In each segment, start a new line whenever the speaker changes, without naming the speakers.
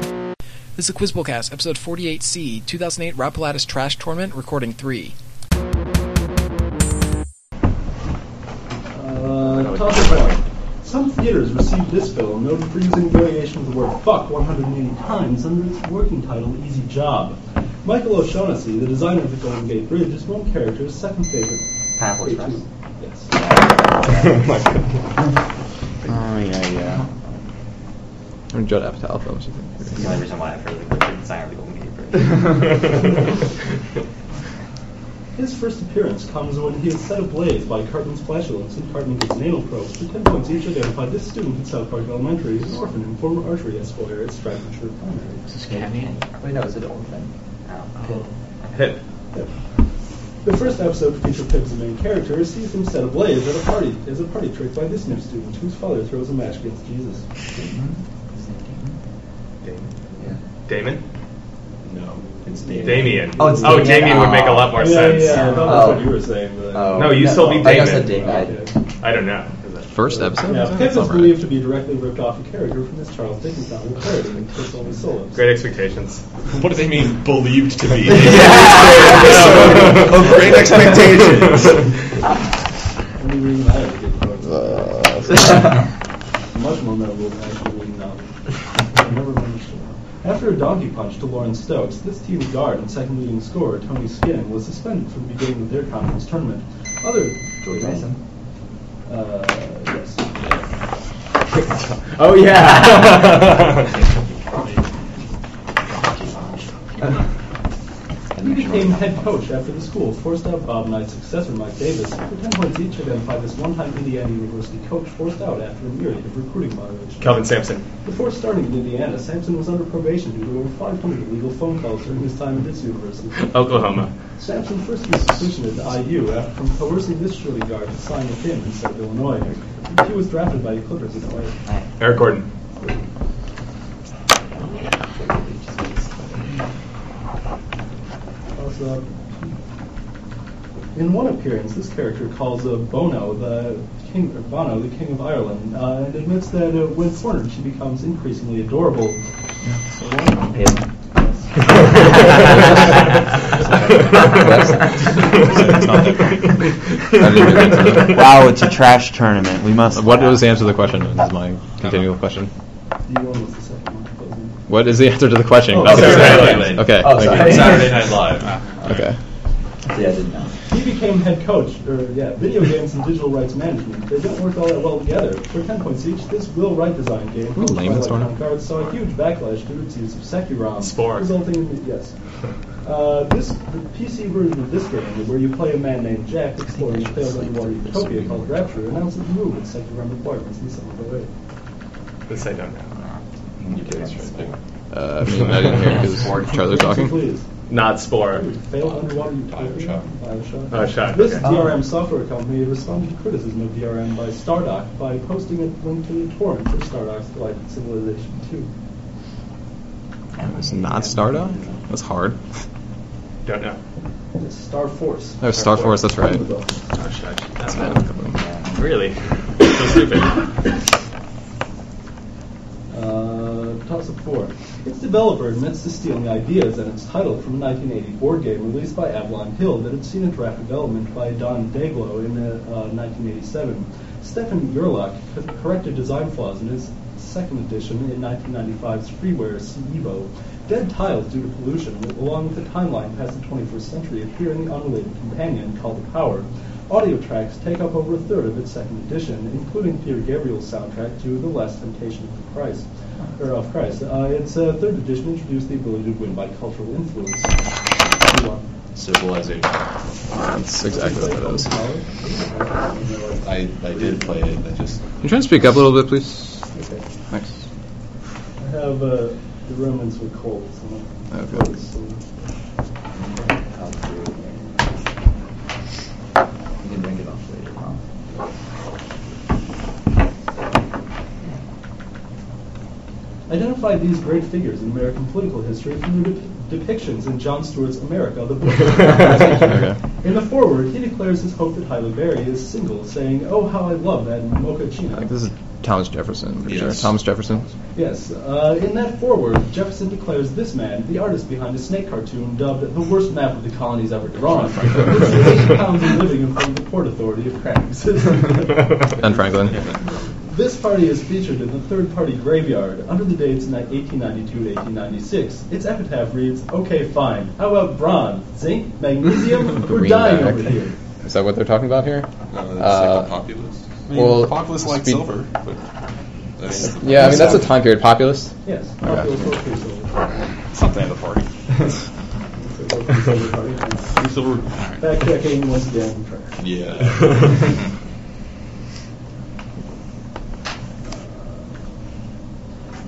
This is the Quizballcast, episode 48C, 2008 Rob Pilatus Trash Tournament, recording 3.
Uh, topic one. Some theaters received this bill noted for using variation of the word fuck 180 times under its working title, Easy Job. Michael O'Shaughnessy, the designer of the Golden Gate Bridge, is one character's second favorite.
Pineapple
creature.
Express.
Yes.
Oh yeah, yeah. I'm Judd Apatow films. you
That's the only reason why I've heard of the Golden Sign of the Golden Gate Bridge.
think.
His first appearance comes when he is set ablaze by Cartman's flatulence and Cartman gets anal probes for 10 points each identified this student at South Park Elementary as an orphan and former archery esquire at Stratfordshire Primary.
Wait, no, is it Orphan? Oh.
Hip.
The first episode features Pip as the main character sees him set ablaze at a party as a party trick by this new student whose father throws a match against Jesus.
Damon?
No, it's
Damien.
Oh, it's
oh
Damien.
Damien would make a lot more
yeah,
sense.
Yeah, yeah, I thought that's
Oh.
what you were saying. But
Oh.
No, you
No,
still need
I
Damien.
guess I did.
Okay.
I don't know.
First episode.
Yeah, Pip is
Alright.
believed to be directly ripped off a character from this Charles Dickens novel parody, It's Only Solos.
Great expectations.
What do they mean believed to be?
Yeah.
Of
Oh,
great expectations.
Only reason I ever get quotes.
Uh.
much more memorable than actually reading novel. I never managed to. After a donkey punch to Lauren Stokes, this team's guard and second leading scorer, Tony Skin, was suspended from the beginning of their conference tournament. Other
George Mason.
Uh, yes.
Oh yeah.
He became head coach after the school, forced out Bob Knight's successor, Mike Davis, for 10 points each identified this one-time Indiana University coach forced out after a myriad of recruiting moderation.
Calvin Sampson.
Before starting in Indiana, Sampson was under probation due to over 500 illegal phone calls during his time at this university.
Oklahoma.
Sampson first was suspicion at IU after from coercing this Shirley guard to sign with him instead of Illinois. He was drafted by the Clippers in LA.
Eric Gordon.
Also, uh, in one appearance, this character calls uh, Bono the king, or Bono the king of Ireland, uh, and admits that uh, when cornered, she becomes increasingly adorable.
Hip.
wow, it's a trash tournament. We must.
what is the answer to the question? Is my continual question.
You almost the second one. closing.
What is the answer to the question?
Oh,
That's the
Saturday
Night
second one.
Live.
Okay.
Oh,
thank
sorry.
Saturday Night
Ah,
Live.
you. Okay.
See, I didn't know.
He became head coach, or yeah, video games and digital rights management. They don't work all that well together. For 10 points each, this Will Wright design game,
What a lame
Twilight
story.
Town Guards, saw a huge backlash due to its use of Sekirom,
Spore.
resulting in yes. Uh, this the PC version of this game, where you play a man named Jack exploring a failed underwater utopia called Rapture, announced its move its Sekirom requirements in some other way.
This I don't know.
Uh, I mean, I didn't hear because Charlie was talking.
Please.
Not Spore.
Failed underwater utopia. Bioshock.
Bioshock,
This
okay.
DRM software company responded to criticism of DRM by Stardock by posting a link to the torrent for Stardock's Glide Civilization 2.
It was not Stardog. That's hard.
Don't know.
It's Star Force.
Oh, Star Force. That's right.
Oh, That's bad. Really? So stupid.
Uh, toss up four. Its developer admits to stealing ideas and its title from a 1980 board game released by Avalon Hill that had seen its draft development by Don Daiglow in uh, uh, 1987. Stefan Gerlach has corrected design flaws in his second edition in 1995's freeware CEVO. Dead tiles due to pollution, along with a timeline past the 21st century, appear in the unrelated companion called The Power. Audio tracks take up over a third of its second edition, including Peter Gabriel's soundtrack to The Last Temptation of the Christ, or of Christ. Uh, its uh, third edition introduced the ability to win by cultural influence. You want-
Civilization.
That's exactly what it is.
I, I did play it. I just
Can you try and speak up a little bit, please?
Okay.
Thanks.
I have uh, the Romans were cold. So
Okay.
You can bring it off later, huh?
Identify these great figures in American political history from their dep- depictions in John Stewart's America, the book.
Okay.
in the foreword, he declares his hope that Halle Berry is single, saying, "Oh, how I love that mocha chino."
Like this is Thomas Jefferson. for sure.
Yes.
Thomas Jefferson.
Yes, uh, in that foreword, Jefferson declares this man, the artist behind the snake cartoon, dubbed the worst map of the colonies ever drawn. It's eight pounds in living in front of the Port Authority of Cracks.
Ben Franklin.
This party is featured in the Third Party Graveyard under the dates 1892 1896. Its epitaph reads, Okay, fine. How about bronze, zinc, magnesium? We're dying
Greenback.
over here.
Is that what they're talking about here?
No, that's
Uh,
like the populist. I mean,
well,
populist likes
speed-
silver, but that's-
Yeah, I mean that's a time period. Populist.
Yes,
Okay.
popular social silver.
something of the party.
Popular Silver Party.
Silver. All right.
Backtracking once again.
Yeah.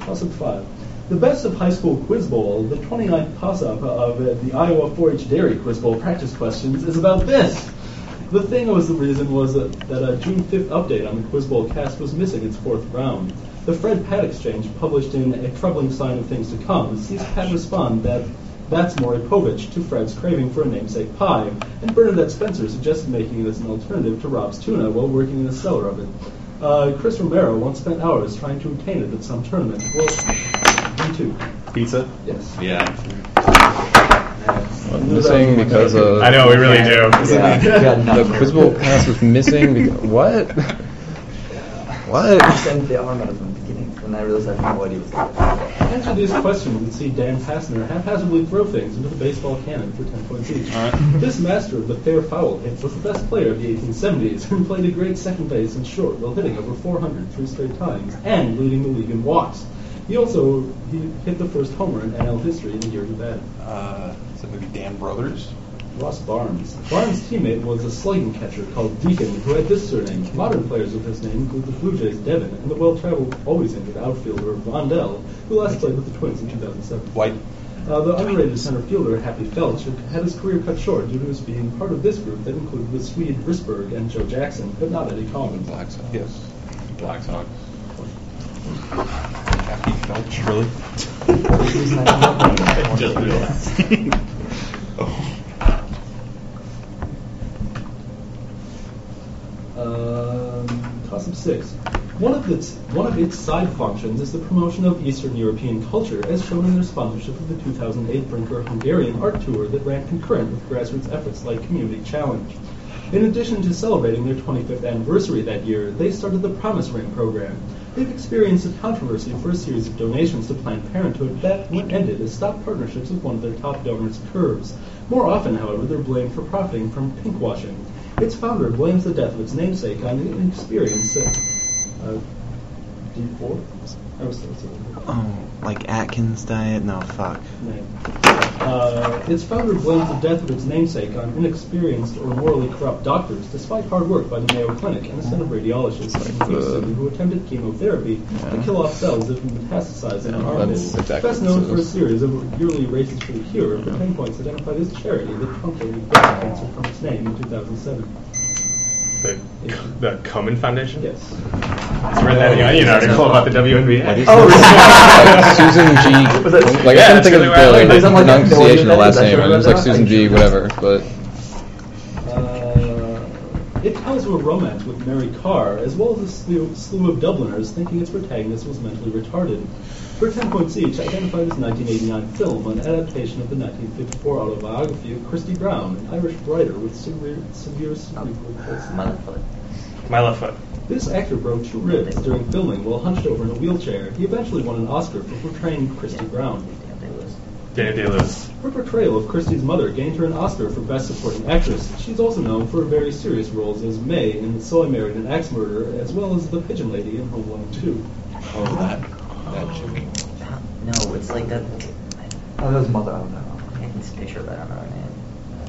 Toss-up five. The best of high school quiz bowl, the 29th toss-up of uh, the Iowa 4-H Dairy Quiz Bowl practice questions is about this. The thing was the reason was that, that a June 5th update on the quiz bowl cast was missing its fourth round. The Fred Pat exchange published in A Troubling Sign of Things to Come sees Pat respond that that's Moripovich to Fred's craving for a namesake pie, and Bernadette Spencer suggested making it as an alternative to Rob's tuna while working in the cellar of it. Uh, Chris Romero once spent hours trying to obtain it at some tournament. Well, me too.
Pizza?
Yes.
yeah.
Missing because of
I know, we really do.
Yeah, we got
Uh, the
nothing.
quiz bowl pass was missing. Because, what?
I
What?
sent the arm out from the beginning, and I realized I had no idea what to do.
Answer these questions and see Dan Passner haphazardly throw things into the baseball cannon for 10 points each. This master of the fair foul hit was the best player of the 1870s and played a great second base and short while hitting over 400 three straight times and leading the league in walks. He also he hit the first homer in NL history in the year he batted.
Uh, is it maybe Dan Brothers?
Ross Barnes. Barnes' teammate was a slugging catcher called Deacon, who had this surname. Modern players with this name include the Blue Jays' Devin and the well-traveled, always injured outfielder Rondell, who last played with the Twins in 2007.
White.
Uh, the underrated center fielder Happy Felch had his career cut short due to his being part of this group that included the Swede Risberg and Joe Jackson, but not Eddie Coleman.
Black Sox. Yes. Black Sox. Happy Felch, really? Just realized. oh.
Um, Toss-up six. One of its one of its side functions is the promotion of Eastern European culture, as shown in their sponsorship of the 2008 Brinker Hungarian art tour that ran concurrent with grassroots efforts like Community Challenge. In addition to celebrating their 25th anniversary that year, they started the Promise Ring program. They've experienced a controversy for a series of donations to Planned Parenthood that, when ended, has stopped partnerships with one of their top donors, Curves. More often, however, they're blamed for profiting from pinkwashing. Its founder blames the death of its namesake on the inexperience of uh, D4. I was still
Oh, like Atkins diet? No, fuck.
name. Uh, its founder blames the death of its namesake on inexperienced or morally corrupt doctors, despite hard work by the Mayo Clinic and a set of radiologists in New York City who attempted chemotherapy to kill off cells that had metastasized in an
Yeah,
artery.
that's exactly
Best known for a
what it is.
series of yearly races for the cure of the pinpoints identified as charity that truncated breast cancer from its name in 2007.
The, the Komen Foundation?
Yes.
It's where that Onion article about the WNBA.
Oh,
Like Susan G.
Was it-
Like I
Yeah,
couldn't think of
that's really
the
what I-
like,
like, the one you
pronunciation of the
mentioned,
last
that's
name.
what
It
I
was like
thought.
Susan G. Whatever, but
Uh, it tells of a romance with Mary Carr, as well as a slew, slew of Dubliners thinking its protagonist was mentally retarded. For 10 points each, identify this 1989 film, an adaptation of the 1954 autobiography of Christy Brown, an Irish writer with severe, severe cerebral palsy.
Motherfucker.
My left foot.
This actor broke two ribs during filming while hunched over in a wheelchair. He eventually won an Oscar for portraying Christy Brown.
Daniel Day Lewis.
Her portrayal of Christie's mother gained her an Oscar for Best Supporting Actress. She's also known for very serious roles as May in So I Married an Axe Murderer, as well as the Pigeon Lady in Home Alone 2.
Oh, that. That chick.
No, it's like that. Oh, that was mother. I don't know. I can just picture that. I don't know her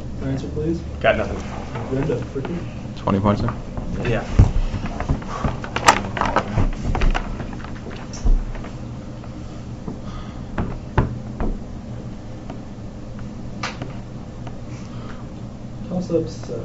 name.
Your answer, please.
Got nothing.
Brenda, for you.
20 points. there.
Yeah.
Toss-ups. uh,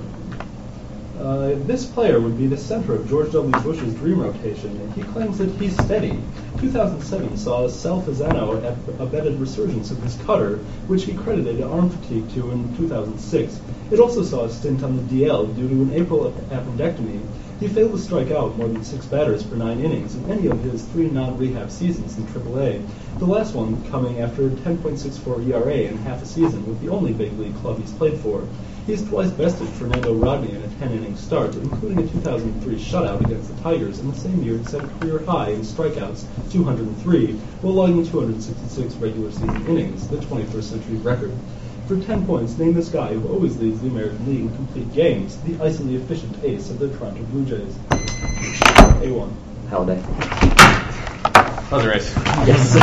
Uh, this player would be the center of George W. Bush's dream rotation, and he claims that he's steady. 2007 saw Sal Fasano ab- abetted resurgence of his cutter, which he credited arm fatigue to in 2006. It also saw a stint on the DL due to an April ap- appendectomy, He failed to strike out more than six batters per nine innings in any of his three non-rehab seasons in AAA, the last one coming after a 10.64 ERA in half E a season with the only big league club he's played for. He's twice bested Fernando Rodney in a 10-inning start, including a 2003 shutout against the Tigers in the same year it set a career high in strikeouts, 203, while logging 266 regular season innings, the 21st century record. For 10 points, name this guy who always leads the American League in complete games, the icily efficient ace of the Toronto Blue Jays. A1.
Holiday.
How's race?
Yes.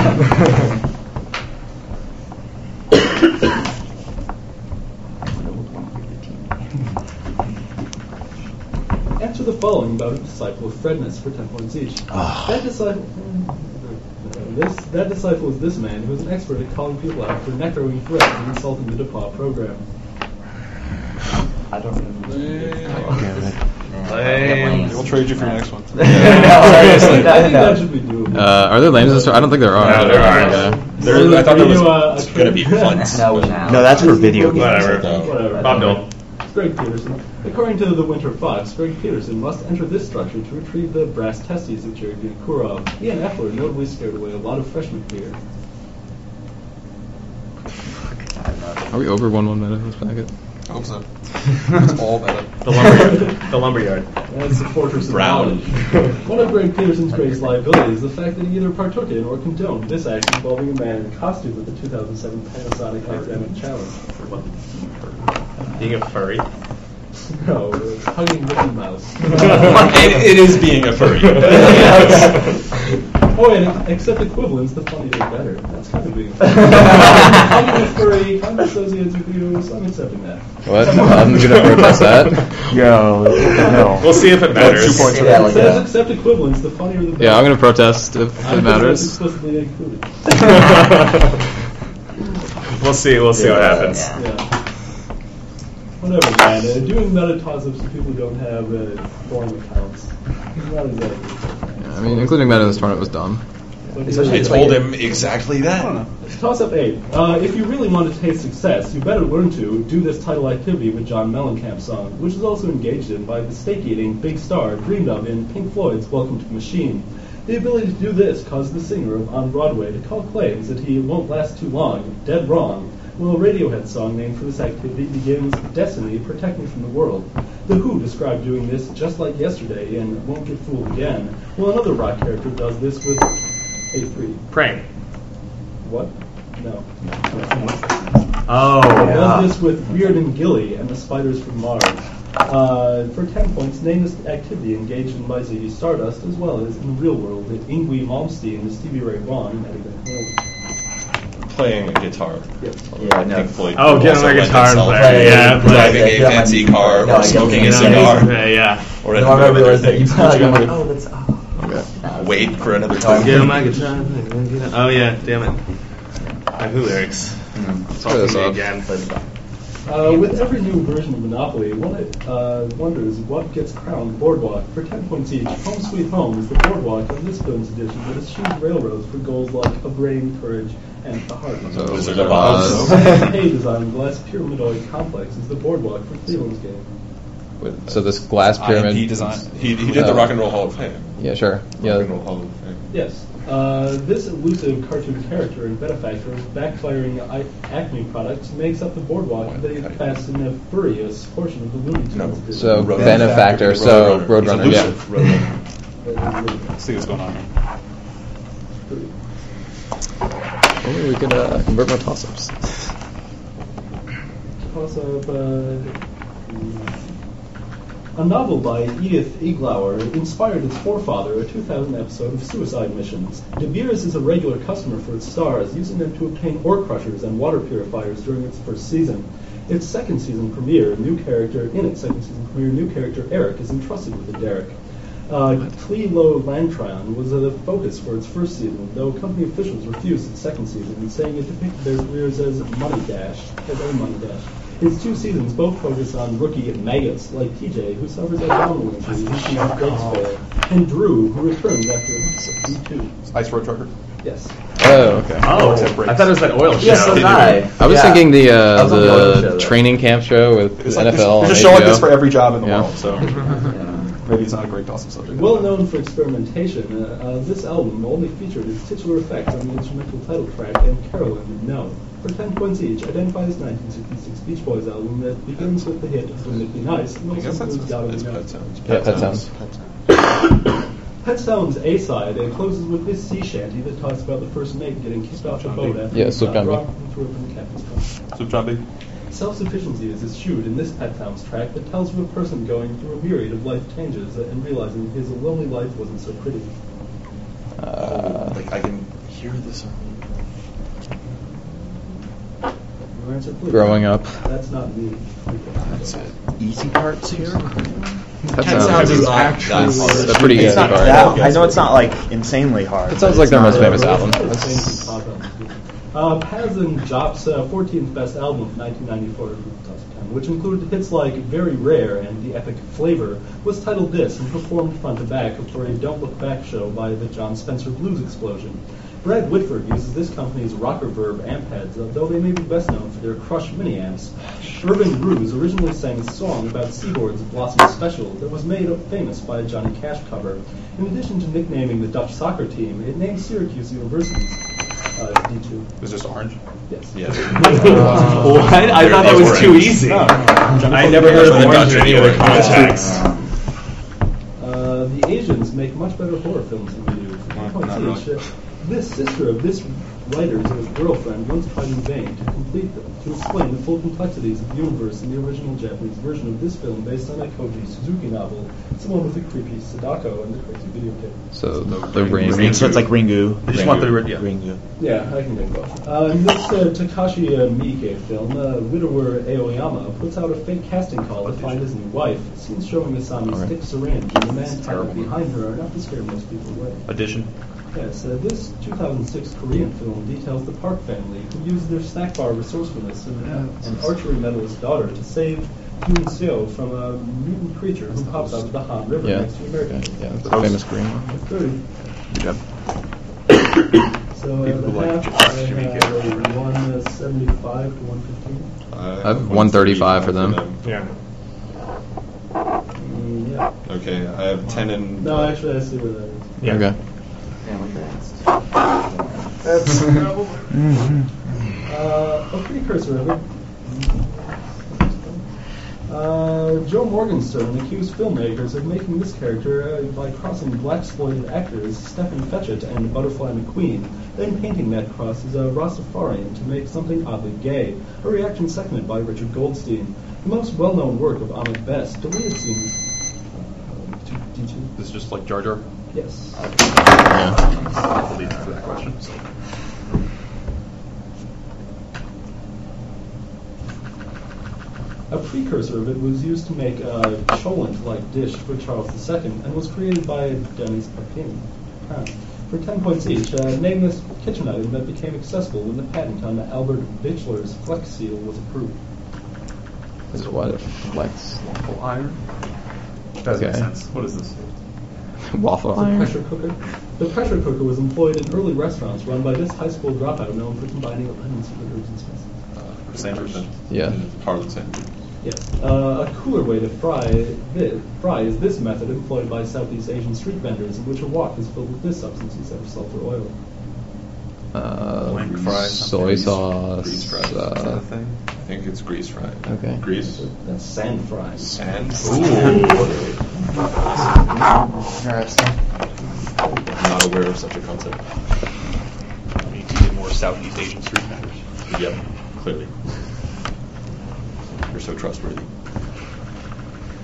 Answer the following about a disciple of Fredness for 10 points each.
Ah.
That disciple. This, that disciple is this man who is an expert at calling people out for necroing threats and insulting the DePauw program.
I don't
Lame.
We'll trade you for the next one.
seriously.
I think that should be doable.
Uh, are there lames? I don't think there are.
No, there aren't.
Yeah.
There- I thought there was-
You, uh,
it's gonna be punts.
No, now.
No, that's for video games.
Whatever.
Whatever.
Bob Dole.
Greg Peterson. According to the Winter Fox, Greg Peterson must enter this structure to retrieve the brass testes of Jerry Vinokurov. Ian Effler notably scared away a lot of freshmen here.
Are we over one one minute in this packet?
I hope so. It's all better.
The lumberyard. the lumberyard.
That's the fortress of
Brown.
knowledge. One of Greg Peterson's greatest liabilities is the fact that he either partook in or condoned this act involving a man in costume at the 2007 Panasonic Academic Challenge.
Being a furry.
No, it was hugging Mickey Mouse.
It- it is being a furry.
Oh, and except equivalence, the funnier the better. That's kind of being. I'm a furry. I'm associated with you, so I'm accepting that.
What? I'm gonna protest that.
Yo, no.
We'll see if it matters.
two points.
Say that
It
like
says
that.
except equivalence, the funnier the better.
Yeah, I'm gonna protest if
I
it
think that's
matters.
Explicitly included.
we'll see. We'll see what happens.
Yeah.
Yeah. Whatever, man. Uh, doing meta toss-ups to people who don't have uh, foreign accounts. Not exactly.
Yeah, I mean, including Meta in this tournament was dumb.
But
I
yeah.
told him exactly that.
Toss up eight. Uh, if you really want to taste success, you better learn to do this title activity with John Mellencamp's song, which is also engaged in by the steak eating big star dreamed of in Pink Floyd's Welcome to the Machine. The ability to do this caused the singer of on Broadway to call claims that he won't last too long, dead wrong, while a Radiohead song named for this activity begins Destiny Protect Me from the World. The Who described doing this just like yesterday in Won't Get Fooled Again, while another rock character does this with a three.
Praying.
What? No.
Oh.
Does this with Reardon Gilly and the Spiders from Mars. Uh, for 10 points, name this activity engaged in by Ziggy Stardust as well as in the real world at Ingwe Malmsteen, Stevie Ray Vaughan, and Eddie Van Halen.
Playing a guitar.
Yeah, no.
Pink Floyd
Oh,
could
get on
also
the
lend
guitar and
itself
play,
to
yeah, play.
Driving a
Yeah,
fancy
yeah,
car
yeah,
or smoking
yeah,
a cigar
Yeah, yeah.
or
No, I
another
realized that
thing.
you played. I'm like, oh, that's. Oh.
Okay.
Wait for another
Oh,
time.
Get on my guitar. Oh yeah, damn it. My Who lyrics.
Hmm.
It's all
Play this
me
off.
again.
Uh, with every new version of Monopoly, one uh, wonders what gets crowned Boardwalk. For 10 points each, Home Sweet Home is the Boardwalk of this film's edition that eschews railroads for goals like a brain, courage, and a heart.
So,
Wizard
Wizard
of
of
Oz.
Oz.
Hay designed glass pyramidoid complex is the Boardwalk for Cleveland's game.
With,
So this glass pyramid.
He designed. He, he did the
Uh,
Rock and Roll Hall of Fame.
Yeah, sure.
Rock
Yeah.
and Roll Hall of Fame.
Yes. Uh, this elusive cartoon character and benefactor of backfiring I- Acme products makes up the boardwalk that he passed in a furious portion of the Looney Tunes.
No.
video.
So
Road
benefactor,
Road
so
Runner. He's
Roadrunner, yeah.
elusive. Roadrunner. Let's see what's going on. here.
Maybe we could uh, convert more toss-ups.
Also, uh, a novel by Edith Eglauer inspired its forefather, a 2000 episode of Suicide Missions. De Beers is a regular customer for its stars, using them to obtain ore crushers and water purifiers during its first season. Its second season premiere, new character in its second season premiere, new character Eric is entrusted with a Derek. Uh, Cleo Lantron was a focus for its first season, though company officials refused its second season, saying it depicted their careers as money dash, as a money dash. Its two seasons both focus on rookie maggots like TJ, who suffers abdominal injuries and sees legs fail, and Drew, who returns after D2.
Ice Road Trucker.
Yes.
Oh, okay.
Oh,
Except breaks.
I thought it was that oil show.
Yes, so did I.
I was
Yeah.
thinking the
I
uh,
was on the other show,
the
though.
training camp show with
It's
NFL.
like this,
and
there's a show like
HBO.
this for every job in the
Yeah.
world. So Maybe it's not a great Dawson subject.
Well known for experimentation, uh, uh, this album only featured its titular effects on the instrumental title track and Carolyn No. For 10 points each, identify this 1966 Beach Boys album that begins with the hit Wouldn't It Be Nice? and
I guess
also
that's
includes Gotta Be
it's
Known.
pet sounds.
Yeah, Pet Sounds.
Pet sounds.
Pet Sounds A side and closes with this sea shanty that talks about the first mate getting kicked off the boat after
Yeah,
he
Slip
got
Down Beat.
rocked and thrown from the captain's truck.
Soup Zombie.
Self-sufficiency is eschewed in this Pet Sounds track that tells of a person going through a myriad of life changes and realizing his lonely life wasn't so pretty.
Uh,
like I can hear this already.
Your answer, please.
growing up.
That's not me.
That's it.
Easy parts here.
That
That sounds
sounds.
is
not
actually
that hard.
That's pretty
It's
easy
not
part.
that. I know it's not like insanely hard.
It
but
sounds like
it's
their
not
most
really-
famous album.
That's- Uh, Paz and Jop's uh, 14th best album of 1994, which included hits like Very Rare and The Epic Flavor, was titled this and performed front to back for a Don't Look Back show by the John Spencer Blues Explosion. Brad Whitford uses this company's rocker verb amp heads, though they may be best known for their Crush mini amps. Urban Brews originally sang a song about Seaboard's Blossom Special that was made famous by a Johnny Cash cover. In addition to nicknaming the Dutch soccer team, it named Syracuse University's uh, D2.
It's just orange.
Yes.
what? I thought that was too easy. I never heard of
Jonathan
orange
Dutch
in any other
anyway.
context.
Uh, the Asians make much better horror films than we do.
Well,
Point
not
C,
really.
shit. This sister of this writer's and his girlfriend once tried in vain to complete them, to explain the full complexities of the universe in the original Japanese version of this film based on a Koji Suzuki novel, someone with the creepy Sadako and the crazy video game.
So the
Ring-
ring.
So it's like Ringu.
I just want the red. Yeah.
Ringu.
Yeah, I can take both. Uh, in this uh, Takashi uh, Miike film, uh, widower Aoyama puts out a fake casting call to find his new wife. Scenes showing Asami's
Alright.
thick syringe and the man tied
terrible.
behind her are enough to scare most people away.
Audition.
Yes, uh, this 2006 Korean film details the Park family who used their snack bar resourcefulness and an archery medalist daughter to save Yoon Seo from a mutant creature who pops out of the Han River
Yeah.
next to America.
Yeah, the famous green one.
Third,
Good job.
So uh,
People
the
like
half
Josh
I
Jamaica.
had a 175 to 115.
I
have 135 for them.
Yeah.
Mm, yeah.
Okay, I have 10 and.
No, actually, I see where that is.
Yeah.
Okay.
Mm.
Uh, a precursor of it. Uh, Joe Morgenstern accused filmmakers of making this character uh, by crossing black exploited actors Stephen Fetchett and Butterfly McQueen, then painting that cross as a Rastafarian to make something oddly gay, a reaction seconded by Richard Goldstein. The most well-known work of Ahmed Best, deleted scenes... Uh, to- did you-
This is just like Jar Jar.
Yes.
I'll leave for that question. So.
A precursor of it was used to make a cholent-like dish for Charles II and was created by Dennis Papin. Huh. For 10 points each, uh, name this kitchen item that became accessible when the patent on Albert Bichler's Flex Seal was approved.
This is what it flex.
Waffle iron.
Doesn't make Okay. sense.
What is this?
Waffle
The
iron.
pressure cooker. The pressure cooker was employed in early restaurants run by this high school dropout known for combining lemons with herbs and spices.
Uh, Sanders.
Yeah.
Harlan Sanders.
Yes. Uh, a cooler way to fry this, fry is this method employed by Southeast Asian street vendors, in which a wok is filled with this substance instead of sulfur oil.
Um,
Uh,
Blank fry.
soy
Grease-
sauce.
Grease fry. is that a
Uh,
thing? I think it's grease fry.
Okay.
Grease.
That's sand fries.
And.
Ooh.
Interesting.
I'm not aware of such a concept.
We need more Southeast Asian street vendors.
Yep, clearly. You're so trustworthy.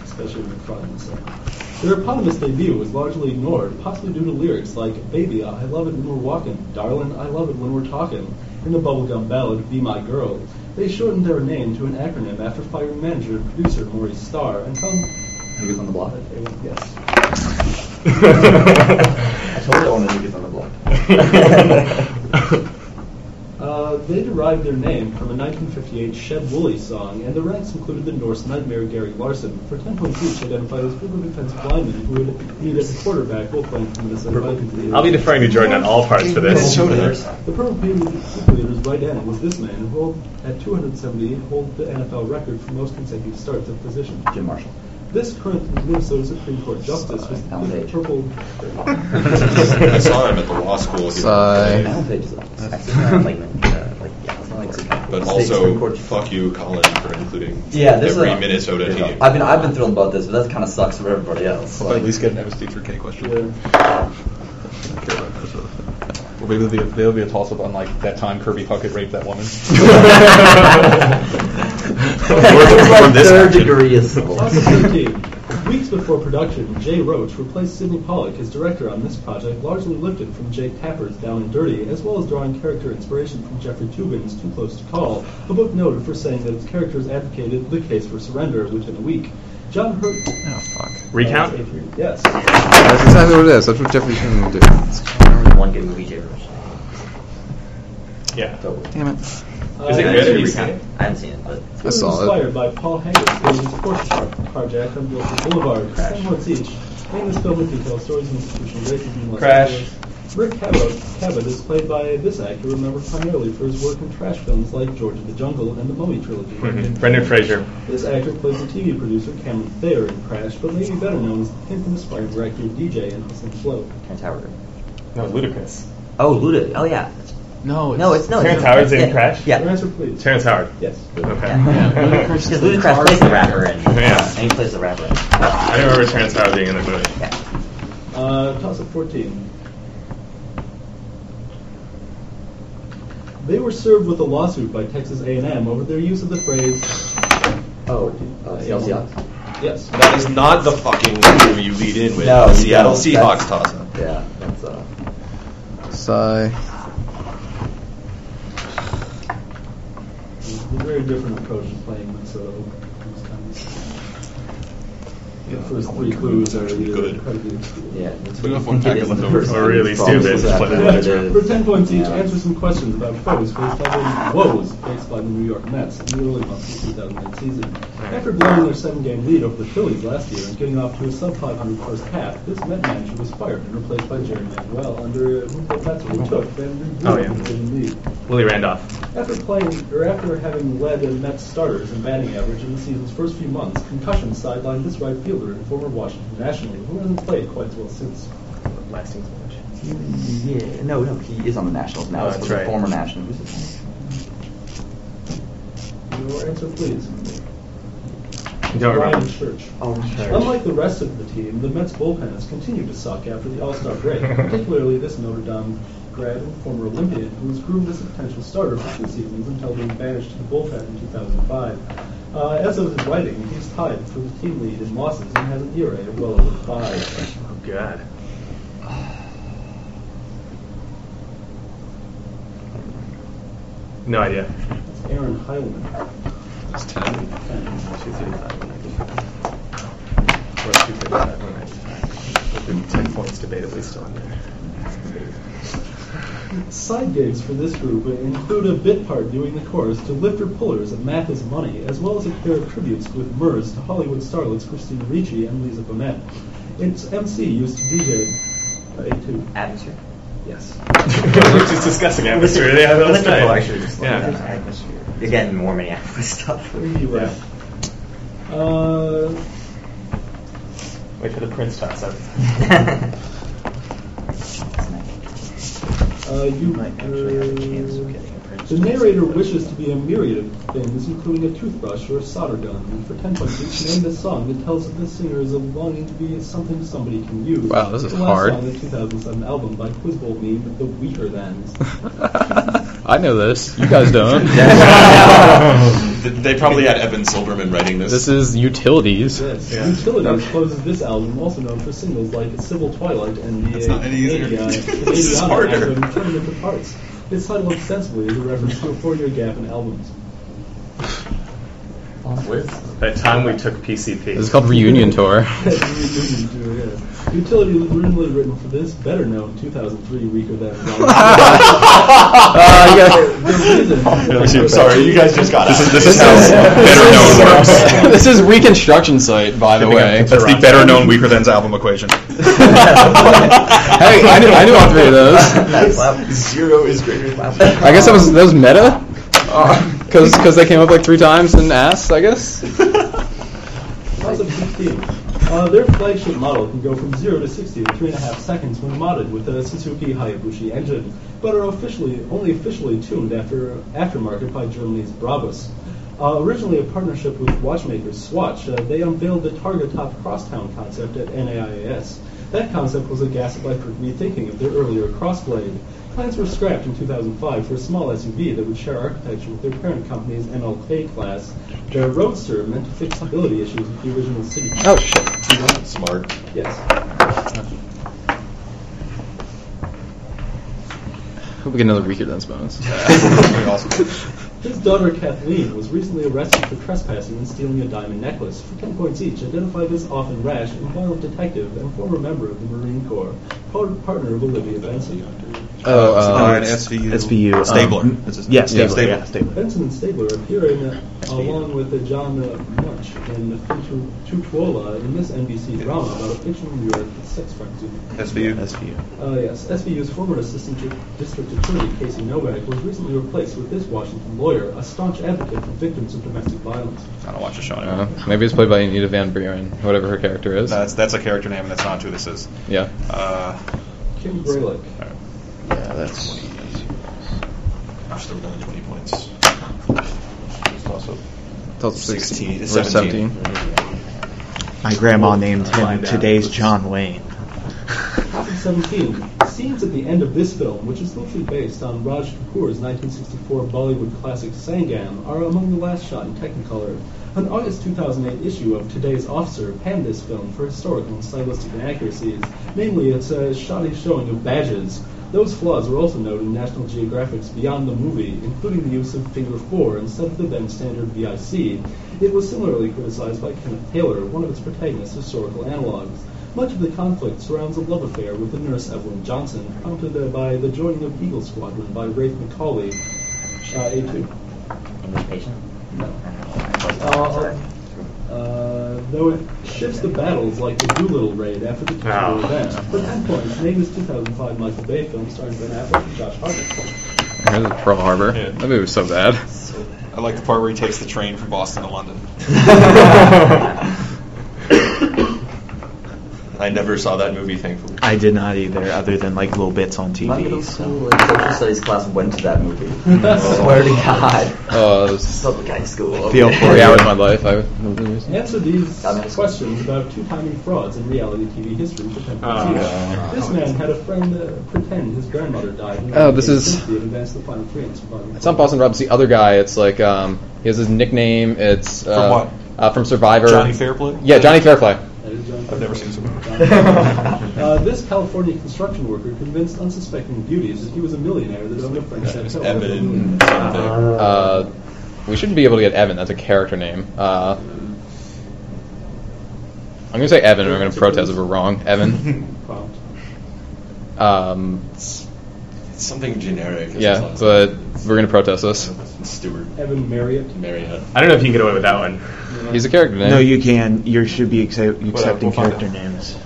especially when crying and stuff. Their eponymous debut was largely ignored, possibly due to lyrics like "Baby, I love it when we're walking," "Darling, I love it when we're talking," and the bubblegum ballad "Be My Girl." They shortened their name to an acronym after firing manager and producer Maurice Starr and found.
on the block.
that they were- Yes.
I
totally want to get on the block.
Uh, they derived their name from a 1958 Shed Woolley song, and the ranks included the Norse nightmare Gary Larson. For 10 points each, identified as River Defense Lineman, who would need as a quarterback while playing for the Minnesota Vikings.
I'll be deferring to Jordan on all parts for this.
The purple Super Leader's right end was this man, who hold, at 278, hold the NFL record for most consecutive starts at position.
Jim Marshall.
This current Minnesota Supreme Court justice was
Sigh.
the purple.
I saw him at the law school. He
Sigh.
I've seen her on, like, uh, like, yeah, it's not like some-
But
state Supreme
also,
Court-
fuck you, Colin, for including
Yeah, this
every
is a-
Minnesota team.
I mean, I've been thrilled about this, but that kind of sucks for everybody else.
Well, at least get an MSD through K question. I don't care about Minnesota. Well, maybe there'll be a, there'll be a toss up on like that time Kirby Puckett raped that woman.
Like,
this
third
action.
degree assault.
Toss of 13. Weeks before production, Jay Roach replaced Sidney Pollack as director on this project, largely lifted from Jake Tapper's Down and Dirty, as well as drawing character inspiration from Jeffrey Tubin's Too Close to Call, a book noted for saying that its characters advocated the case for surrender within a week. John Hurt.
Oh, fuck.
Recount?
Yes.
That's exactly what it is. That's what Jeffrey Shin did.
One E good movie, Jay Roach.
Yeah.
Damn it.
Is it
Uh,
good or
Jimmy
you
Smith.
can't?
I haven't seen it, but
It was
I saw it.
inspired by Paul Haggis' his Porsche car- carjack on Wilson Boulevard, ten months each. In this film, it details stories of institutional racism in Los
Crash.
Angeles. Rick Cabot, Cabot is played by this actor remembered primarily for his work in trash films like George of the Jungle and the Mummy trilogy.
Brendan Fraser.
This actor plays the TV producer Cameron Thayer in Crash, but maybe better known as the infamous fire director DJ in Hustle and Flow.
Terrence Howard.
No, ludicrous.
Oh, Luda. Oh, yeah.
No, it's,
No, it's no.
Terrence
it's,
Howard's in
yeah,
Crash?
Your
Yeah.
answer, please.
Terrence Howard.
Yes.
Yeah.
Okay.
Because Ludacris plays the rapper in.
Yeah.
And he plays the rapper in.
I don't remember Terrence Howard being in the movie.
Yeah.
Uh, toss up 14. They were served with a lawsuit by Texas A&M over their use of the phrase,
Oh, uh, CLCI.
yes.
That is not the fucking movie you lead in with.
No,
the
you
Seattle
don't. That's-
Seahawks toss up.
Yeah, that's uh.
Sigh.
It's a very different approach to playing Minnesota Open Times. The first three clues are either
Good.
incredibly obscure.
Yeah.
We have one
It
packet
is
left
the
over.
first
Or really
one.
stupid.
It's exactly
Yeah.
what it is.
For 10 points each,
Yeah.
answer some questions about foes faced by the woes faced by the New York Mets in the early months of the 2008 season. After blowing their seven-game lead over the Phillies last year and getting off to a sub-500 first half, this Met manager was fired and replaced by Jerry Manuel, under whom the Mets retook and
Oh, yeah.
rebuilt the lead.
Willie Randolph.
After playing, or after having led the Mets starters in batting average in the season's first few months, concussion sidelined this right fielder and former Washington National, who hasn't played quite as well since.
Lasting so much.
Yeah. No, no, he is on the Nationals
Oh,
now. This
that's
was
right.
a former National. Who's this?
Your answer, please.
You don't
Ryan
remember.
Church.
Oh,
Unlike the rest of the team, the Mets bullpen has continued to suck after the All-Star break, particularly this Notre Dame grad and former Olympian who was groomed as a potential starter for two seasons until being banished to the bullpen in 2005. Uh, as of his writing, he's tied for the team lead in losses and has an ERA of well over five.
Oh, God. No idea.
That's Aaron Heilman.
It's ten.
Ten points debatably still in there.
Side gigs for this group include a bit part doing the chorus to Lifter Pullers and Math is Money, as well as a pair of tributes with Murs to Hollywood starlets Christina Ricci and Lisa Bonet. Its MC used to DJ uh, A2.
Atmosphere.
Yes.
We're just discussing atmosphere. They have
Electrical,
outside.
actually, just like that
Yeah.
atmosphere. Again, more Minneapolis stuff.
Maybe you're right. Uh,
Wait for the Prince toss up.
uh, you
might actually have a chance of getting a Prince
The
toss-up,
narrator
but-
wishes to be a myriad of things, including a toothbrush or a solder gun, and for 10 points each, name the song that tells of the singer is a longing to be something somebody can use.
Wow, this is
the last
hard.
song on the 2007 album by Quiz Bowl meme, The Weaker Thans.
I know this. You guys don't.
Th- they probably had Evan Silverman writing this.
This is utilities.
Yes.
Yeah.
Utilities closes this album, also known for singles like Civil Twilight and the
That's not any easier.
Canadian-
This
Canadian
is harder.
album Turn Into Parts. Its title ostensibly is a reference to a four-year gap in albums.
That time we took PCP.
This is called reunion tour.
Utility was originally written for this better known 2003 weaker than
Uh,
the
yeah.
reason
Sorry, Uh, you guys just got this is, this
This
is how
is,
better known works.
this, is, this is reconstruction site, by the way.
That's the better known Weaker Than's album equation.
hey, I knew, I knew all three of those.
Zero is greater than
I guess that was that was meta,
Uh.
because they came up like three times and asked. I guess.
Lots of 2015. Uh, their flagship model can go from 0 to 60 in 3.5 seconds when modded with a Suzuki Hayabusa engine, but are officially only officially tuned after aftermarket by Germany's Brabus. Uh, originally a partnership with watchmaker Swatch, uh, they unveiled the Targa Top Crosstown concept at NAIAS. That concept was a gaslight for rethinking of their earlier Crossblade. Plans were scrapped in 2005 for a small SUV that would share architecture with their parent company's NLK class. The Roadster meant to fix stability issues with the original city.
Oh shit.
Smart.
Yes.
Hope we get another weaker than Bones.
His daughter Kathleen was recently arrested for trespassing and stealing a diamond necklace for 10 points each, identified as often rash and violent detective and former member of the Marine Corps, par- partner of Olivia Benson.
Oh, uh,
an SVU.
SVU, um,
Stabler.
m-
That's his
yeah,
name.
Stabler, yeah, Stabler.
Benson and Stabler appear in, uh, along with uh, John uh, March and Fintu Tutuola in this NBC drama about a fictional New York sex frenzy.
SVU.
SVU.
Uh, yes, SVU's former assistant di- district attorney, Casey Novak, was recently replaced with this Washington lawyer, a staunch advocate for victims of domestic violence.
I don't watch the show anymore.
Uh-huh.
uh, maybe it's played by Anita Van Buren, whatever her character is.
No, that's, that's a character name, and that's not who this is.
yeah.
Uh,
Kim Graylick.
all right.
Yeah, that's.
I'm still down 20 points. It's also
Total
16.
Or
17.
My grandma named him
Find out.
today's John Wayne.
2017. Scenes at the end of this film, which is loosely based on Raj Kapoor's 1964 Bollywood classic Sangam, are among the last shot in Technicolor. An August 2008 issue of Today's Officer panned this film for historical and stylistic inaccuracies, namely its uh, shoddy showing of badges. Those flaws were also noted in National Geographic's Beyond the Movie, including the use of Finger 4 instead of the then standard VIC. It was similarly criticized by Kenneth Taylor, one of its protagonist's historical analogs. Much of the conflict surrounds a love affair with the nurse Evelyn Johnson, prompted uh, by the joining of Eagle Squadron by Rafe McCauley, uh, A2.
English patient?
No.
Uh,
Uh, Uh, though it shifts the battles like the Doolittle raid after the
Oh.
Tucson event. For 10 points, name this 2005 Michael Bay film starring Ben Affleck and Josh Hartnett.
I heard it's Pearl Harbor.
Yeah.
That movie was so bad.
I like the part where he takes the train from Boston to London. I never saw that movie, thankfully.
I did not either, other than like little bits on
My middle
TV. So.
school and social studies class went to that movie. Swear to God.
Oh, it was
Public high school.
Feel for
three
you.
hours of my life. I was,
Answer these
I'm in-
questions about two-timing frauds in reality TV history for 10 points
Oh,
each.
God.
This man had a friend uh, pretend his grandmother died in
Oh, this is-
1960 and advanced the final three in surviving.
It's not Boston Rob. It's the other guy. It's like um, he has his nickname. It's uh,
From what?
Uh, from Survivor.
Johnny Fairplay?
Yeah, Johnny Fairfly.
That is John
I've never seen this movie.
Uh, this California construction worker convinced unsuspecting beauties that he was a millionaire that owned a French chateau.
Evan. something.
Uh, we shouldn't be able to get Evan. That's a character name. Uh, I'm gonna say Evan. and I'm gonna protest if we're wrong. Evan.
Prompt.
Um,
It's something generic.
yeah, but we're gonna protest this.
Stewart
Evan Marriott.
Marriott.
I don't know if you can get away with that one.
He's a character name.
No, you can. You should be accept-
Well,
accepting
we'll find
character
out.
names.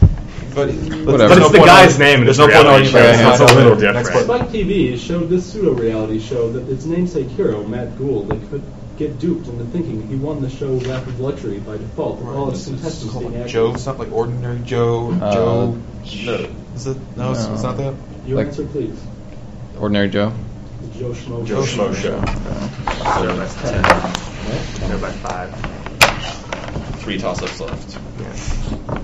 But,
But
But
There's
it's the guy's name, and it's
There's no point
reality
arguing.
show. so It's a little
Next
different.
part.
Spike TV showed this pseudo-reality show that its namesake hero, Matt Gould, that could get duped into thinking he won the show Lap of Luxury by default, with all its
This is
contestants
called
being
like
actors.
Joe, something like ordinary Joe.
Uh,
Joe.
no.
Is it? No, It's, it's not that.
Your
Like-
answer, please.
Ordinary Joe.
Joe Schmo.
Joe Schmo Show.
Zero by ten. Zero by five.
Three toss-ups left.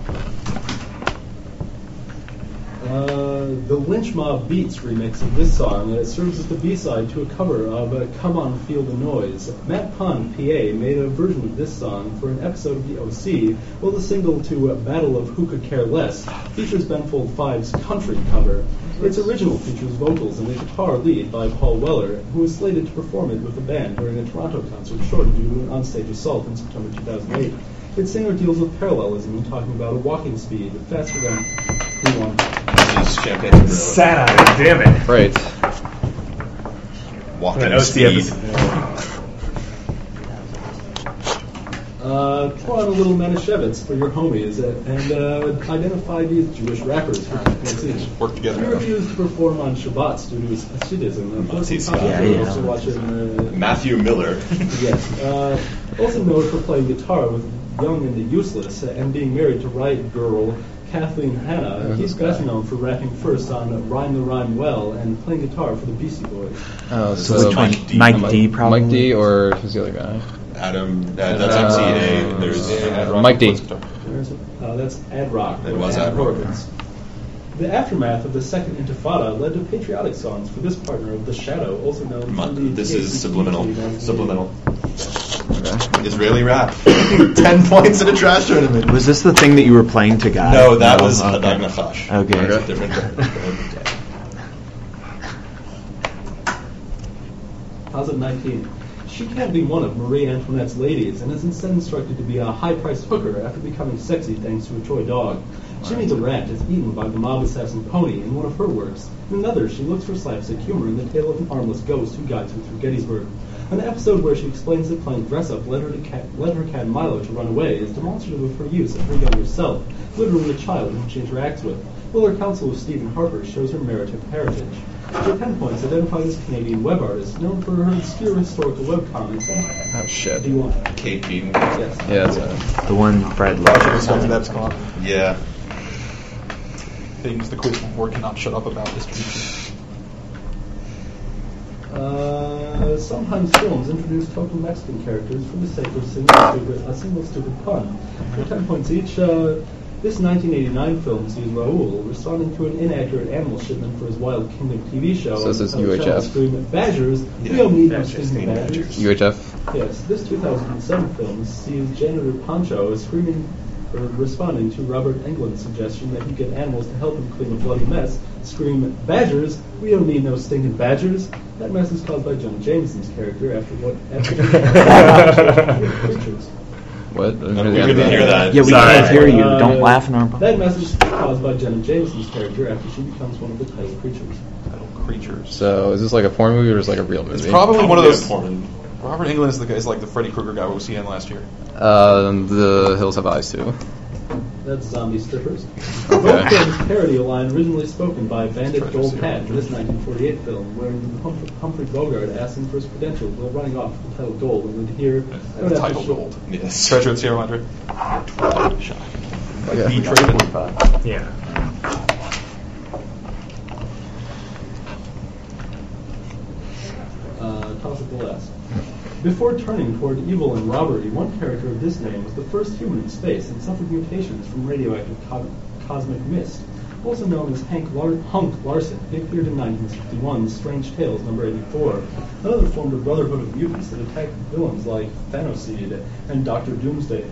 Uh, the Lynch Mob Beats remix of this song uh, serves as the B-side to a cover of uh, Come On Feel the Noise. Matt Pond, PA, made a version of this song for an episode of The OC, while the single to uh, Battle of Who Could Care Less features Benfold Five's country cover. Its original features vocals and a guitar lead by Paul Weller, who was slated to perform it with the band during a Toronto concert shortened due to an onstage assault in September 2008. Its singer deals with parallelism in talking about a walking speed faster than who won.
It's champagne. Vanilla.
Sad eye, damn it.
Right.
Walking
An OC
speed.
episode.
Uh, pour out a little Manischewitz for your homies uh, and uh, identify these Jewish rappers for points each.
Work
He
together.
refused to perform on Shabbats due to his Hasidism. Uh, A person
Nazis.
commented
Yeah, yeah.
also watching. Uh,
Matthew Miller.
yes. Uh, Also known for playing guitar with Young and the Useless uh, and being married to riot girl Kathleen Hanna. He's best known for rapping first on Rhyme the Rhyme Well and playing guitar for the Beastie Boys.
Oh,
This
so
is
Which one?
Mike D.
Mike D,
Mike-
probably.
Mike D or who's the other guy?
Adam, uh, that's MCA. There's
Uh,
Rock
Mike D.
Sports Guitar.
There's, uh, that's Ad Rock.
It
or
was Ad Rock.
The aftermath of the Second Intifada led to patriotic songs for this partner of the Shadow, also known
Mon-
from the
This is subliminal. Subliminal. Israeli rap. Ten points in a trash tournament.
Was this the thing that you were playing to guys? Oh,
No, that was Hadag Nafash.
Okay.
That's a different.
How's it 19? She can't be one of Marie Antoinette's ladies and is instead instructed to be a high-priced hooker after becoming sexy thanks to a toy dog. Jimmy the Rat is eaten by the mob assassin Pony in one of her works. In another, she looks for slapstick humor in the tale of an harmless ghost who guides her through Gettysburg. An episode where she explains that playing dress-up led her to cat, led her cat Milo to run away is demonstrative of her use of her younger self, literally a child whom she interacts with. While her counsel with Stephen Harper shows her narrative heritage. For 10 points, identify this Canadian web artist known for her obscure historical web comics. And
Oh shit.
do you want?
Kate Beaton.
Yes.
Yeah, that's right.
The one Fred loved.
that's gone.
Yeah.
Things the quiz board cannot shut up about this.
Uh, sometimes films introduce total Mexican characters for the sake of single stupid, a single stupid pun. For 10 points each, uh, this 1989 film sees Raul responding to an inaccurate animal shipment for his Wild Kingdom TV show.
So this is
and the channel
UHF.
Scream, Badgers, we
Yeah,
don't need no
Badgers,
stinking
need
badgers.
badgers.
UHF.
Yes, this 2007 film sees janitor Pancho as screaming or responding to Robert Englund's suggestion that he get animals to help him clean a bloody mess, scream, Badgers! We don't need no stinking badgers! That mess is caused by John Jameson's character after what after creatures.
What? I
We
didn't hear the end of
didn't hear that.
Yeah, we
Sorry.
can't hear you.
Uh,
Don't laugh in our.
That mess is caused by Jenna Jameson's character after she becomes one of the title creatures.
Creatures.
So is this like a porn movie or is it like a real movie?
It's probably one of
Probably
those.
a porn.
Robert England is the, guy- is like the Freddy Krueger guy we in last year.
Um, the Hills Have Eyes too.
That's zombie strippers. Both
Okay.
films parody a line originally spoken by Bandit
Try to
Joel
see it.
Patton in this 1948 film, where Humphrey, Humphrey Bogart asks him for his credentials while running off with the title Gold, and then here, I don't
The
have to
title
show-
gold.
Yes.
Treasure of the Sierra Madre.
Yeah.
Yeah.
uh, toss of the last. Before turning toward evil and robbery, one character of this name was the first human in space and suffered mutations from radioactive co- cosmic mist. Also known as Hank Lar- Hunk Larson, he appeared in 1961's Strange Tales number 84. Another formed a brotherhood of mutants that attacked villains like Thanoseed and Doctor Doomsday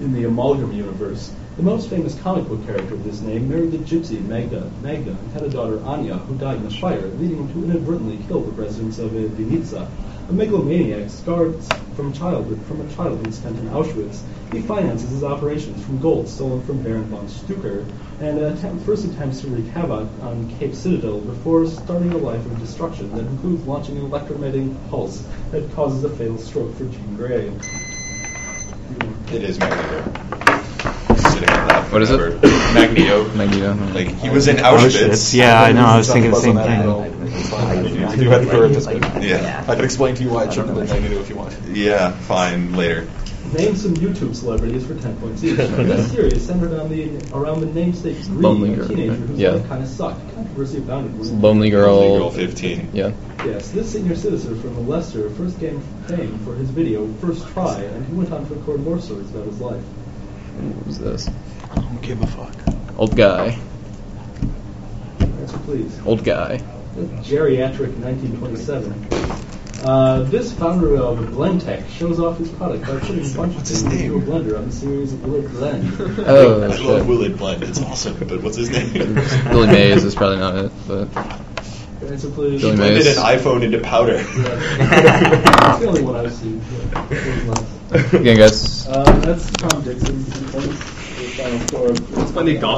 in the Amalgam universe. The most famous comic book character of this name married the gypsy Magda, Magda and had a daughter Anya, who died in a fire, leading him to inadvertently kill the residents of uh, Vinica. A megalomaniac scarred from childhood from a childhood spent in Auschwitz, he finances his operations from gold stolen from Baron von Stucker, and attempt, first attempts to wreak havoc on Cape Citadel before starting a life of destruction that includes launching an electromagnetic pulse that causes a fatal stroke for Jean Grey.
It is Magneto. Sitting on that.
What is it?
forever. Magneto.
Magneto.
Like he was in
Auschwitz.
Auschwitz.
Oh, Yeah, I know. I was thinking the same
Buzzing
thing.
that hill. It's fine. You do- you do have to go at this bit.
Yeah.
I can explain to you why it shouldn't have been negative if you want.
Yeah. Fine. Later.
Name some YouTube celebrities for 10 points each. this series centered on the around the namesake Green,
Lonely
a
Girl,
teenager
right?
who's
Yeah.
life kind of sucked. Controversy abounded when
Lonely
Girl.
Girl.
fifteen.
Yeah.
Yes, this senior citizen from Leicester first gained fame for his video First Try, and he went on to record more stories about his life.
Who's this?
I don't give a fuck.
Old guy.
Answer please.
Old guy.
Geriatric 1927. Uh, this founder of Blendtec shows off his product by putting a bunch of
What's his
things into a
name?
blender on the series of Lit Blend.
Oh,
I
shit.
love Willard Blend. It's awesome. But what's his name?
Billy Mays is probably not it, but
Answer please.
Billy
Blended an
Mays.
iPhone into powder.
That's the only one I've seen.
Again, guys.
Uh, that's Tom Dixon. That's the final score.
Let's play the golf.